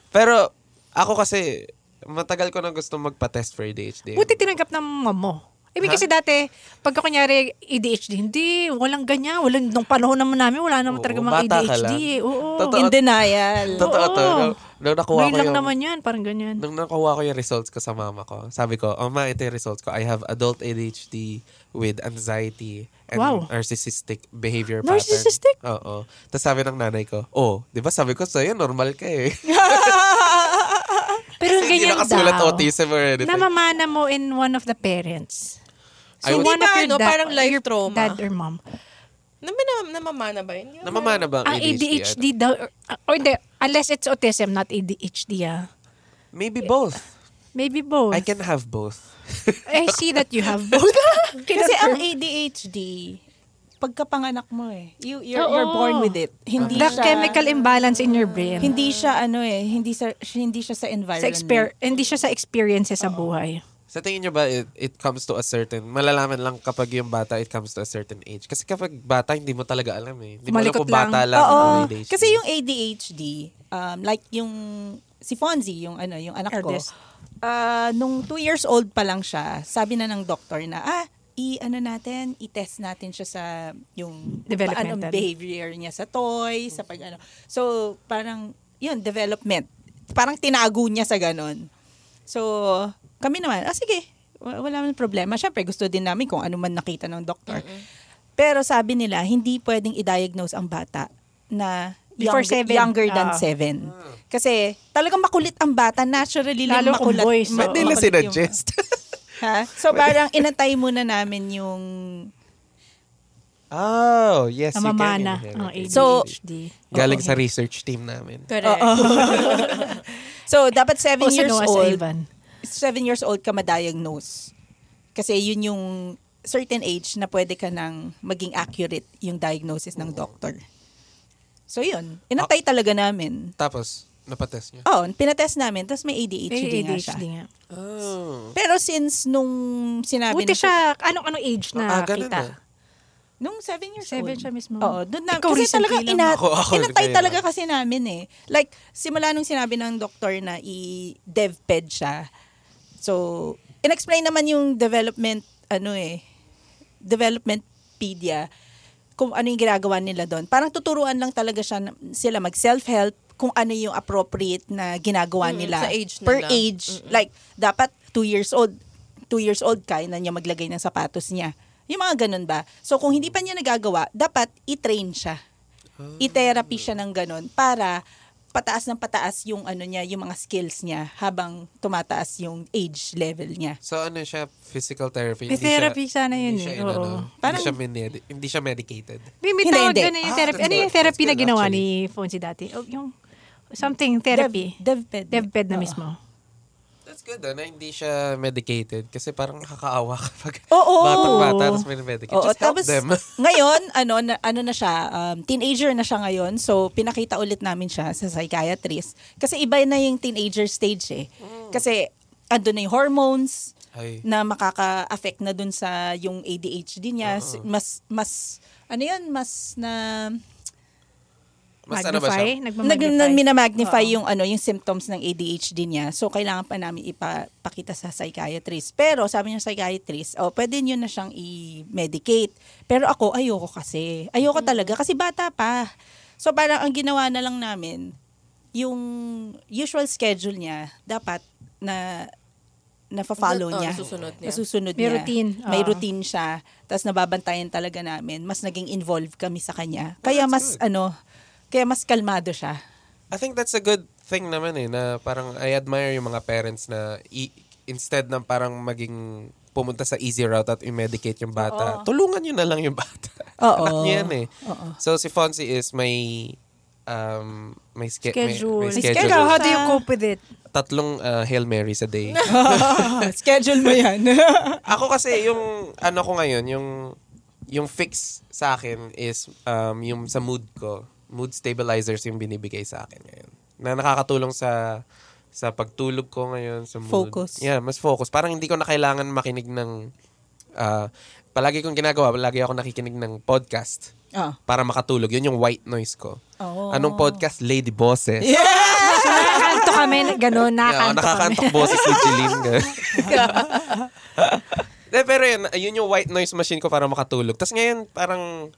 B: Pero ako kasi matagal ko nang gusto magpa-test for ADHD.
C: Buti tinanggap ng mama mo. I mean, kasi dati, pagka kunyari ADHD, hindi, walang ganyan. Walang, nung panahon naman namin, wala naman talaga mga
B: bata ka
C: ADHD.
B: lang.
C: eh. Oo.
B: Totoo- In
E: denial.
B: Totoo to.
C: Oo.
B: Nung- Nung nakuha
C: Ngayon
B: ko
C: lang
B: yung...
C: naman yan, parang ganyan.
B: Nung nakuha ko yung results ko sa mama ko, sabi ko, oh ma, ito yung results ko. I have adult ADHD with anxiety and
C: Wow.
B: narcissistic behavior
C: Narcissistic?
B: pattern. Oo. Tapos sabi ng nanay ko, oh, di ba sabi ko sa'yo, normal ka eh.
C: Pero yung
B: Hindi
C: ganyan
B: nakasulat
C: daw,
B: autism or anything.
C: namamana mo in one of the parents.
B: I
C: So,
B: would-
C: one of
B: Hindi ba,
C: your
A: ano,
C: da-
A: parang life
C: your
A: trauma?
C: Dad or mom.
A: Naman na, namamana ba yun?
B: Namamana ba ang
C: Ang ADHD,
B: ADHD?
C: daw, or, or the, unless it's autism, not ADHD ah.
B: Maybe both.
C: Maybe both.
B: I can have both.
C: I see that you have both.
E: Kasi ang ADHD, pagkapanganak mo eh. You, you're,
C: Oo.
E: you're born with it. Hindi
C: the
E: siya,
C: chemical imbalance in your brain.
E: Hindi siya ano eh, hindi sa hindi siya sa environment.
C: sa exper- hindi siya sa experiences sa buhay.
B: Sa tingin nyo ba it, it comes to a certain, malalaman lang kapag yung bata it comes to a certain age? Kasi kapag bata, hindi mo talaga alam eh. Hindi mo alam
C: Malikot
B: kung bata lang,
E: Oo.
B: o ADHD.
E: Kasi yung ADHD, um, like yung si Fonzie, yung ano, yung anak ko.
C: Eldest.
E: ah, nung two years old pa lang siya, sabi na ng doktor na, ah, i ano natin, i-test natin siya sa yung anong
C: Developmental.
E: behavior niya sa toy, sa pag ano. So, parang yun, development. Parang tinago niya sa ganon. So, kami naman, ah sige, wa- wala naman problema. Siyempre, gusto din namin kung ano man nakita ng doktor. Pero sabi nila, hindi pwedeng i-diagnose ang bata na
C: Before
E: younger,
C: seven.
E: younger than
C: Ah.
E: seven. Kasi talagang makulit ang bata, naturally lang
C: Lalo kung
E: makulat.
C: boys,
E: ma-
C: oo.
B: Hindi nila
E: makulit yung-
B: sinadjust.
E: Ha? So parang inatay muna namin yung...
B: Oh, yes,
C: Namamana Oh,
B: you can.
C: ang
B: inherit
E: So-
C: ADHD.
B: Galing sa research team namin.
E: Correct. so dapat seven
C: O Oh, sa
E: years
C: Noah sa
E: old.
C: Ivan.
E: Seven years old ka ma-diagnose. Kasi yun yung certain age na pwede ka nang maging accurate yung diagnosis ng doctor. So yun, inatay talaga namin.
B: Tapos,
C: Oh,
B: napatest niya.
E: Oo, pinatest namin, tapos may ADHD, nga siya.
C: ADHD nga.
B: Oh.
E: Pero since nung sinabi
C: Buti
E: na-
C: siya, anong-anong age na
B: Ah, ganun
C: kita.
B: na.
E: Nung seven years
C: Seven
E: old.
C: siya mismo.
E: Oo, doon na.
C: Ikaw
E: kasi
C: recently
E: talaga
C: lang.
E: ina-
B: Ako, ako,
E: inatay
B: kayo
E: talaga
B: lang.
E: kasi namin eh. Like, simula nung sinabi ng doktor na i-devped siya. So, inexplain naman yung development, ano eh, development pedia kung ano yung ginagawa nila doon. Parang tuturuan lang talaga siya, na- sila mag-self-help kung ano yung appropriate na ginagawa
A: Mm,
E: nila.
A: sa age
E: Per
A: nila.
E: age. Like, dapat two years old. Two years old ka, na niya maglagay ng sapatos niya. Yung mga ganun ba? So, kung hindi pa niya nagagawa, dapat i-train siya. I-therapy siya ng ganun para pataas ng pataas yung ano niya, yung mga skills niya habang tumataas yung age level niya.
B: So ano siya, physical therapy.
C: May
B: Hindi siya-
C: therapy sana yun
B: hindi siya
C: eh,
B: inano,
C: oo.
B: hindi,
E: Parang-
B: siya medi- hindi siya medicated.
C: May, may
E: Hindi,
C: tawag
E: hindi.
C: doon na yung
B: Ah,
C: therapy.
B: that's
C: Ano yung
B: good.
C: therapy na
B: That's good,
C: ginawa ni
B: actually.
C: Fonzie dati? Oh, yung something therapy.
E: Dev, devped.
C: Devped na
E: Oo.
C: mismo.
B: That's good ah, na hindi siya medicated kasi parang nakakaawa kapag
E: Oo.
B: batang-bata tapos may medicated.
E: Oo,
B: Just help them.
E: ngayon, ano, na, ano na siya, um, teenager na siya ngayon. So, pinakita ulit namin siya sa psychiatrist. Kasi iba na yung teenager stage eh. Kasi, ando na yung hormones
B: Ay.
E: na makaka-affect na dun sa yung ADHD niya. S- Mas, mas, ano yun, mas na,
B: Mas ano ba
C: Magnify?
B: siya?
E: nag,
C: Nagmamagnify?
E: nag- minamagnify
C: Oo.
E: yung ano yung symptoms ng ADHD niya. So kailangan pa namin ipakita sa psychiatrist. Pero sabi ng psychiatrist, oh, pwede niyo na siyang i-medicate. Pero ako ayoko kasi. Ayoko talaga kasi bata pa. So parang ang ginawa na lang namin yung usual schedule niya dapat na na-follow
A: Oo,
E: niya.
A: nasusunod niya.
E: Nasusunod
C: oh, May
E: niya.
C: routine.
E: May
C: Oo.
E: routine siya. Tapos nababantayan talaga namin. Mas naging involved kami sa kanya.
C: Oh,
E: Kaya mas ano, kaya mas kalmado siya.
B: I think that's a good thing naman eh na parang I admire yung mga parents na i- instead ng parang maging pumunta sa easy route at i-medicate yung bata, tulungan nyo na lang yung bata.
E: Oo.
B: Anak niya yan eh. So si Fonzie is may um, may, ske- may-
C: Schedule.
B: May,
E: schedule.
B: schedule.
C: Ikaw, how do you cope with it?
B: Tatlong uh, Hail Marys a day.
E: Schedule mo yan.
B: Ako kasi yung ano ko ngayon, yung yung fix sa akin is um, yung sa mood ko. Mood stabilizers yung binibigay sa akin ngayon. Na nakakatulong sa sa pagtulog ko ngayon, sa mood.
E: Focus.
B: Yeah, mas focus. Parang hindi ko na kailangan makinig ng ah, palagi kong ginagawa, palagi ako nakikinig ng podcast
E: Ah.
B: para makatulog. Yun yung white noise ko.
E: Oh.
B: Anong podcast? Lady Bosses.
C: So, nakakanto kami, ganun,
B: Yeah,
C: nakakanto kami.
B: nakakantok boses ni Jeline. Eh, pero yun, yun yung white noise machine ko para makatulog. Tapos ngayon, parang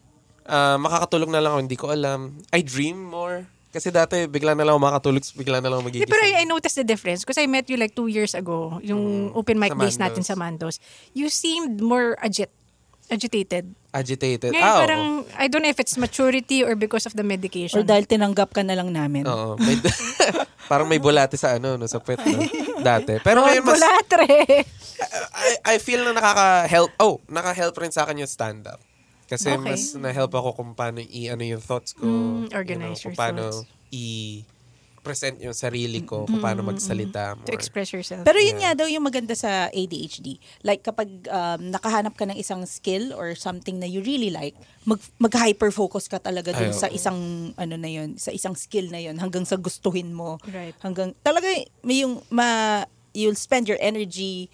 B: ah, makakatulog na lang ako, hindi ko alam. I dream more. Kasi dati, bigla na lang ako makatulog, bigla na lang ako
C: Eh,
B: magigising.
C: pero I, I noticed the difference because I met you like two years ago, yung open mic
B: Sa
C: days natin
B: Mandos.
C: sa Mandos. You seemed more agit agitated.
B: Agitated.
C: Ngayon
B: Ah, oo.
C: parang, I don't know if it's maturity or because of the medication.
E: Or dahil tinanggap ka na lang namin.
B: Oo. May, parang may bulate sa ano, no, sa pet, no? Dati. Pero ngayon, mas,
C: Bulatre!
B: I, I feel na nakaka-help. Oh, naka-help rin sa akin yung stand-up. Kasi
C: Okay.
B: mas na-help ako kung paano i-ano yung thoughts ko.
C: Mm,
B: you
C: organize
B: know,
C: your
B: kung paano
C: thoughts.
B: i-present yung sarili ko, kung paano
E: Mm.
B: magsalita.
C: To
B: more.
C: express yourself.
E: Pero yun nga daw yung maganda sa ADHD. Like kapag um, nakahanap ka ng isang skill or something na you really like, mag, mag-hyper-focus ka talaga dun
B: Ay,
E: sa
B: oo.
E: isang ano na yun, sa isang skill na yun hanggang sa gustuhin mo.
C: Right.
E: Hanggang talaga may yung ma you'll spend your energy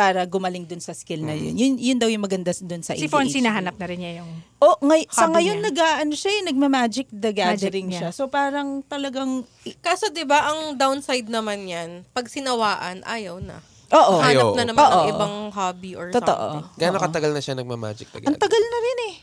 E: para gumaling dun sa skill na
B: Mm.
E: yun. Yun, yun daw yung maganda dun sa
C: Si
E: ADHD.
C: Fonzie nahanap na rin niya yung...
E: Oh, ngay- sa
C: Hobby
E: ngayon
C: niya.
E: nag-ano siya, eh, nagma-magic the gathering
C: niya.
E: siya. So parang talagang
A: Kaso 'di ba ang downside naman 'yan, pag sinawaan, ayaw na.
E: Oo.
A: Hanap
B: Ayaw.
A: na naman ng
E: Oo.
A: ibang hobby or something.
B: Gano'ng katagal na siya nagmamagic the
E: Ang
B: Gathering?
E: tagal na rin eh.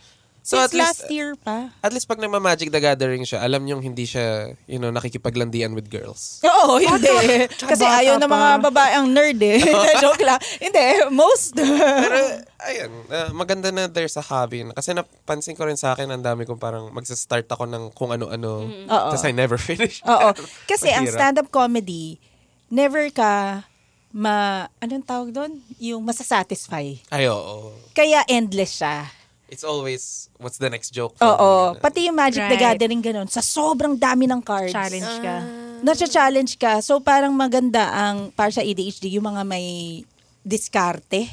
B: So,
E: Since
B: at least-
E: last year pa.
B: At least pag nagmamagic the Gathering siya, alam niyong hindi siya, you know, nakikipaglandian with girls.
E: Oo, hindi.
C: Tsaka
E: Kasi
C: bata
E: ayaw ng mga
C: pa.
E: babae ang nerd eh. Joke lang. Hindi, most.
B: Pero, ayun, uh, maganda na there's a hobby. na- Kasi napansin ko rin sa akin, ang dami kong parang magsa-start ako ng kung ano-ano.
E: Oo.
B: Tapos I never finish.
E: Oo. Kasi ang
B: Mahirap.
E: stand-up comedy, never ka ma... Anong tawag doon? Yung masasatisfy.
B: Ay, oo.
E: Kaya endless siya.
B: It's always, what's the next joke?
E: Oo. Pati yung Magic the
C: Right.
E: Gathering ganun. Sa sobrang dami ng cards.
C: Challenge ka.
E: Nacha-challenge ka. So parang maganda ang para sa ADHD yung mga may diskarte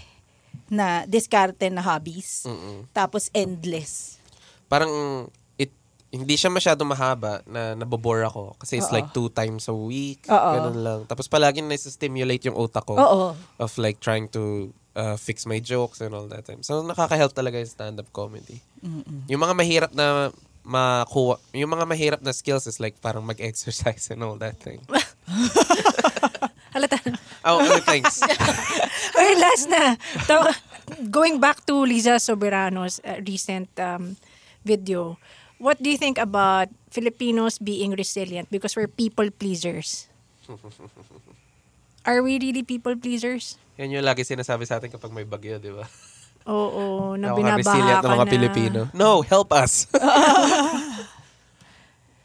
E: na diskarte na hobbies.
B: Mm-mm.
E: Tapos endless.
B: Parang, it, hindi siya masyado mahaba na nabobore ako. Kasi it's
E: Oo.
B: like two times a week.
E: Oo.
B: Ganun lang. Tapos palagi nasa-stimulate yung utak ko.
E: Oo.
B: Of like trying to uh, fix my jokes and all that time. So nakaka-help talaga yung stand-up comedy. Yung mga mahirap na makuha, yung mga mahirap na skills is like parang mag-exercise and all that thing.
C: Halata.
B: Oh, ano, thanks.
C: Okay, last na. To, going back to Liza Soberano's uh, recent um, video, what do you think about Filipinos being resilient because we're people pleasers? Are we really people pleasers?
B: Yan yung lagi sinasabi sa atin kapag may bagyo, di ba?
C: Oo, na
B: Nakaka-
C: binabaha
B: resilient
C: ka
B: ng mga
C: na.
B: Pilipino. No, help us.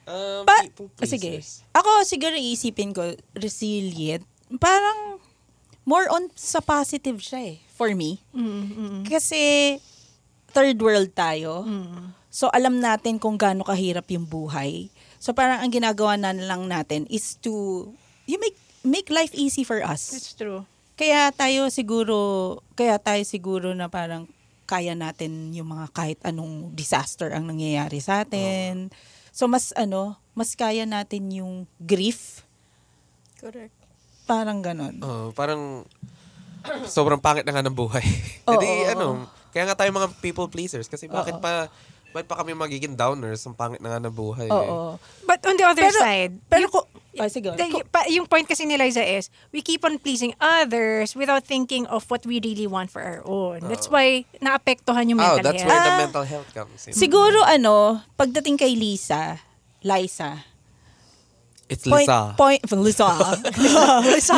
B: um,
E: Pa-
B: people
E: Ah, sige.
B: pleasers.
E: Ako siguro iisipin ko resilient. Parang more on sa positive siya eh for me.
C: Mm-hmm.
E: Kasi third world tayo.
C: Mm-hmm.
E: So alam natin kung gaano kahirap yung buhay. So parang ang ginagawa na lang natin is to you make make life easy for us.
C: That's true.
E: Kaya tayo siguro, kaya tayo siguro na parang kaya natin yung mga kahit anong disaster ang nangyayari sa atin. So mas ano, mas kaya natin yung grief,
A: Correct.
E: parang ganon.
B: Oh, parang sobrang pangit na nga ng buhay. Oh,
E: Oo.
B: ano, kaya nga tayo mga people pleasers kasi bakit pa bakit pa kami magiging downers ang pangit na nga ng buhay? eh?
E: Oo.
C: But on the other
E: Pero-
C: side,
E: Pero ko, ah, sige.
C: the-
E: Ko-
C: pa- yung point kasi ni Liza is, we keep on pleasing others without thinking of what we really want for our own. That's why naapektuhan yung
B: Ah. Oh,
C: mental
B: that's
C: health.
B: where the
E: Ah.
B: mental health comes in.
E: siguro ano, pagdating kay Lisa, Liza,
B: It's
E: point,
B: Lisa.
E: Point, Lisa.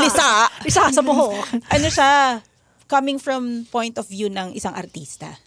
E: Lisa.
C: Isa sa buhok.
E: ano siya, coming from point of view ng isang artista.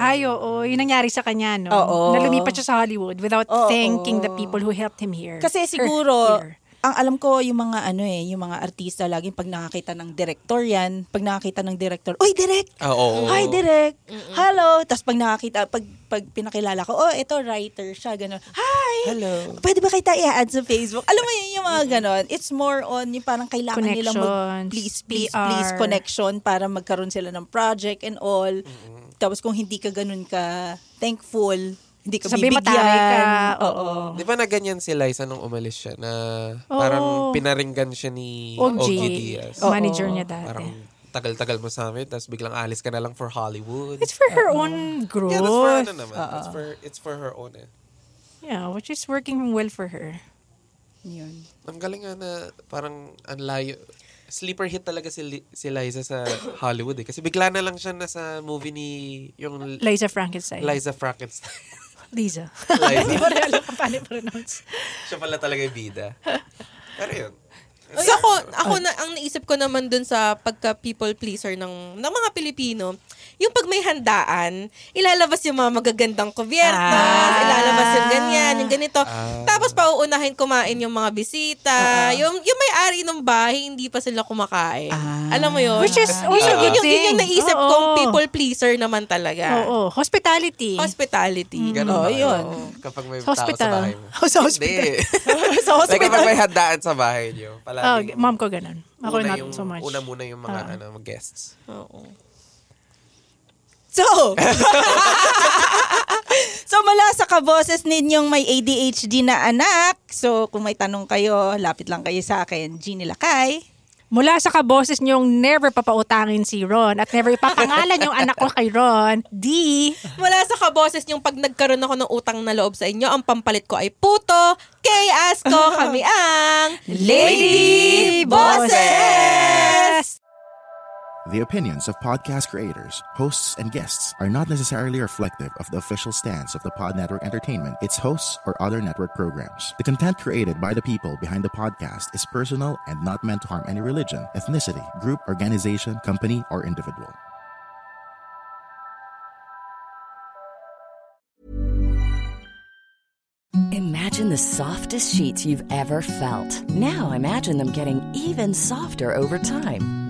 C: Ay, oo. Yung nangyari sa kanya, no?
E: Mm. Oo.
C: Na lumipat siya sa Hollywood without
E: Oo.
C: thanking the people who helped him here.
E: Kasi
C: Or
E: siguro,
C: here.
E: ang alam ko yung mga ano eh, yung mga artista laging pag nakakita ng director yan, pag nakakita ng director, oy direct.
B: Ah, oo.
E: Hi direct. Hello. Tapos pag nakakita pag pag pinakilala ko, oh, ito writer siya ganun. Hi.
B: Hello.
E: Pwede ba kita i-add sa Facebook? Alam mo yun, yung mga ganon. It's more on yung parang kailangan nila mag
C: Connections,
E: please, please,
C: PR.
E: please connection para magkaroon sila ng project and all. Tapos kung hindi ka ganun ka thankful, hindi ka
C: Sabi,
E: bibigyan.
C: matari ka. Oo.
B: Di ba na ganyan si Liza nung umalis siya na parang pinaringgan siya ni
C: OG,
B: Ogie Diaz.
C: manager niya dati.
B: Parang tagal-tagal mo sa amin tapos biglang alis ka na lang for Hollywood.
C: It's for her own growth.
B: yeah, that's for ano naman. It's for, it's for her own eh.
C: Yeah, which is working well for her.
E: Yun.
B: Ang galing nga na parang ang layo. sleeper hit talaga si, Li- si Liza sa Hollywood eh. Kasi bigla na lang siya nasa movie ni yung...
C: Liza Frankenstein.
B: Liza Frankenstein.
C: Liza.
B: Liza.
C: Hindi mo rin alam kung paano pronounce.
B: siya pala talaga yung bida. Pero yun.
A: Ay, ako, ako na, ang naisip ko naman dun sa pagka people pleaser ng, ng mga Pilipino, yung pag may handaan, ilalabas yung mga magagandang kubyertas, ilalabas yung ganyan, yung ganito. Tapos pauunahin kumain yung mga bisita, yung, yung may-ari ng bahay, hindi pa sila kumakain. Alam mo yun?
C: Which is
E: Ah.
C: also
A: Yun-
C: a good
A: yun, yun yung
C: thing.
A: naisip
C: Oo.
A: kong people pleaser naman talaga.
C: Oo. Hospitality.
A: Hospitality.
B: Ganun
A: Oo,
B: ba kayo?
A: yun.
B: Kapag may
C: Oh, Sa
B: tao sa
C: hospital.
B: bahay mo.
C: Oh, sa hospital.
B: Hindi.
C: Sa
B: Like, kapag
C: hospital.
B: may handaan sa bahay niyo.
C: Oh,
B: Palaging
C: mom ko ganun. Ako
B: una
C: not
B: yung,
C: so much.
B: Una muna yung
C: Ah.
B: mga ano, guests.
A: Oo.
E: So, so mula sa kaboses ninyong may ADHD na anak, so kung may tanong kayo, lapit lang kayo sa akin, Jeannie Lakay.
C: Mula sa kaboses niyong never papautangin si Ron at never ipapangalan yung anak ko kay Ron, D.
A: Mula sa kaboses niyong pag nagkaroon ako ng utang na loob sa inyo, ang pampalit ko ay puto, kay Asko, kami ang
C: Lady Bosses!
I: The opinions of podcast creators, hosts, and guests are not necessarily reflective of the official stance of the Pod Network Entertainment, its hosts, or other network programs. The content created by the people behind the podcast is personal and not meant to harm any religion, ethnicity, group, organization, company, or individual.
J: Imagine the softest sheets you've ever felt. Now imagine them getting even softer over time.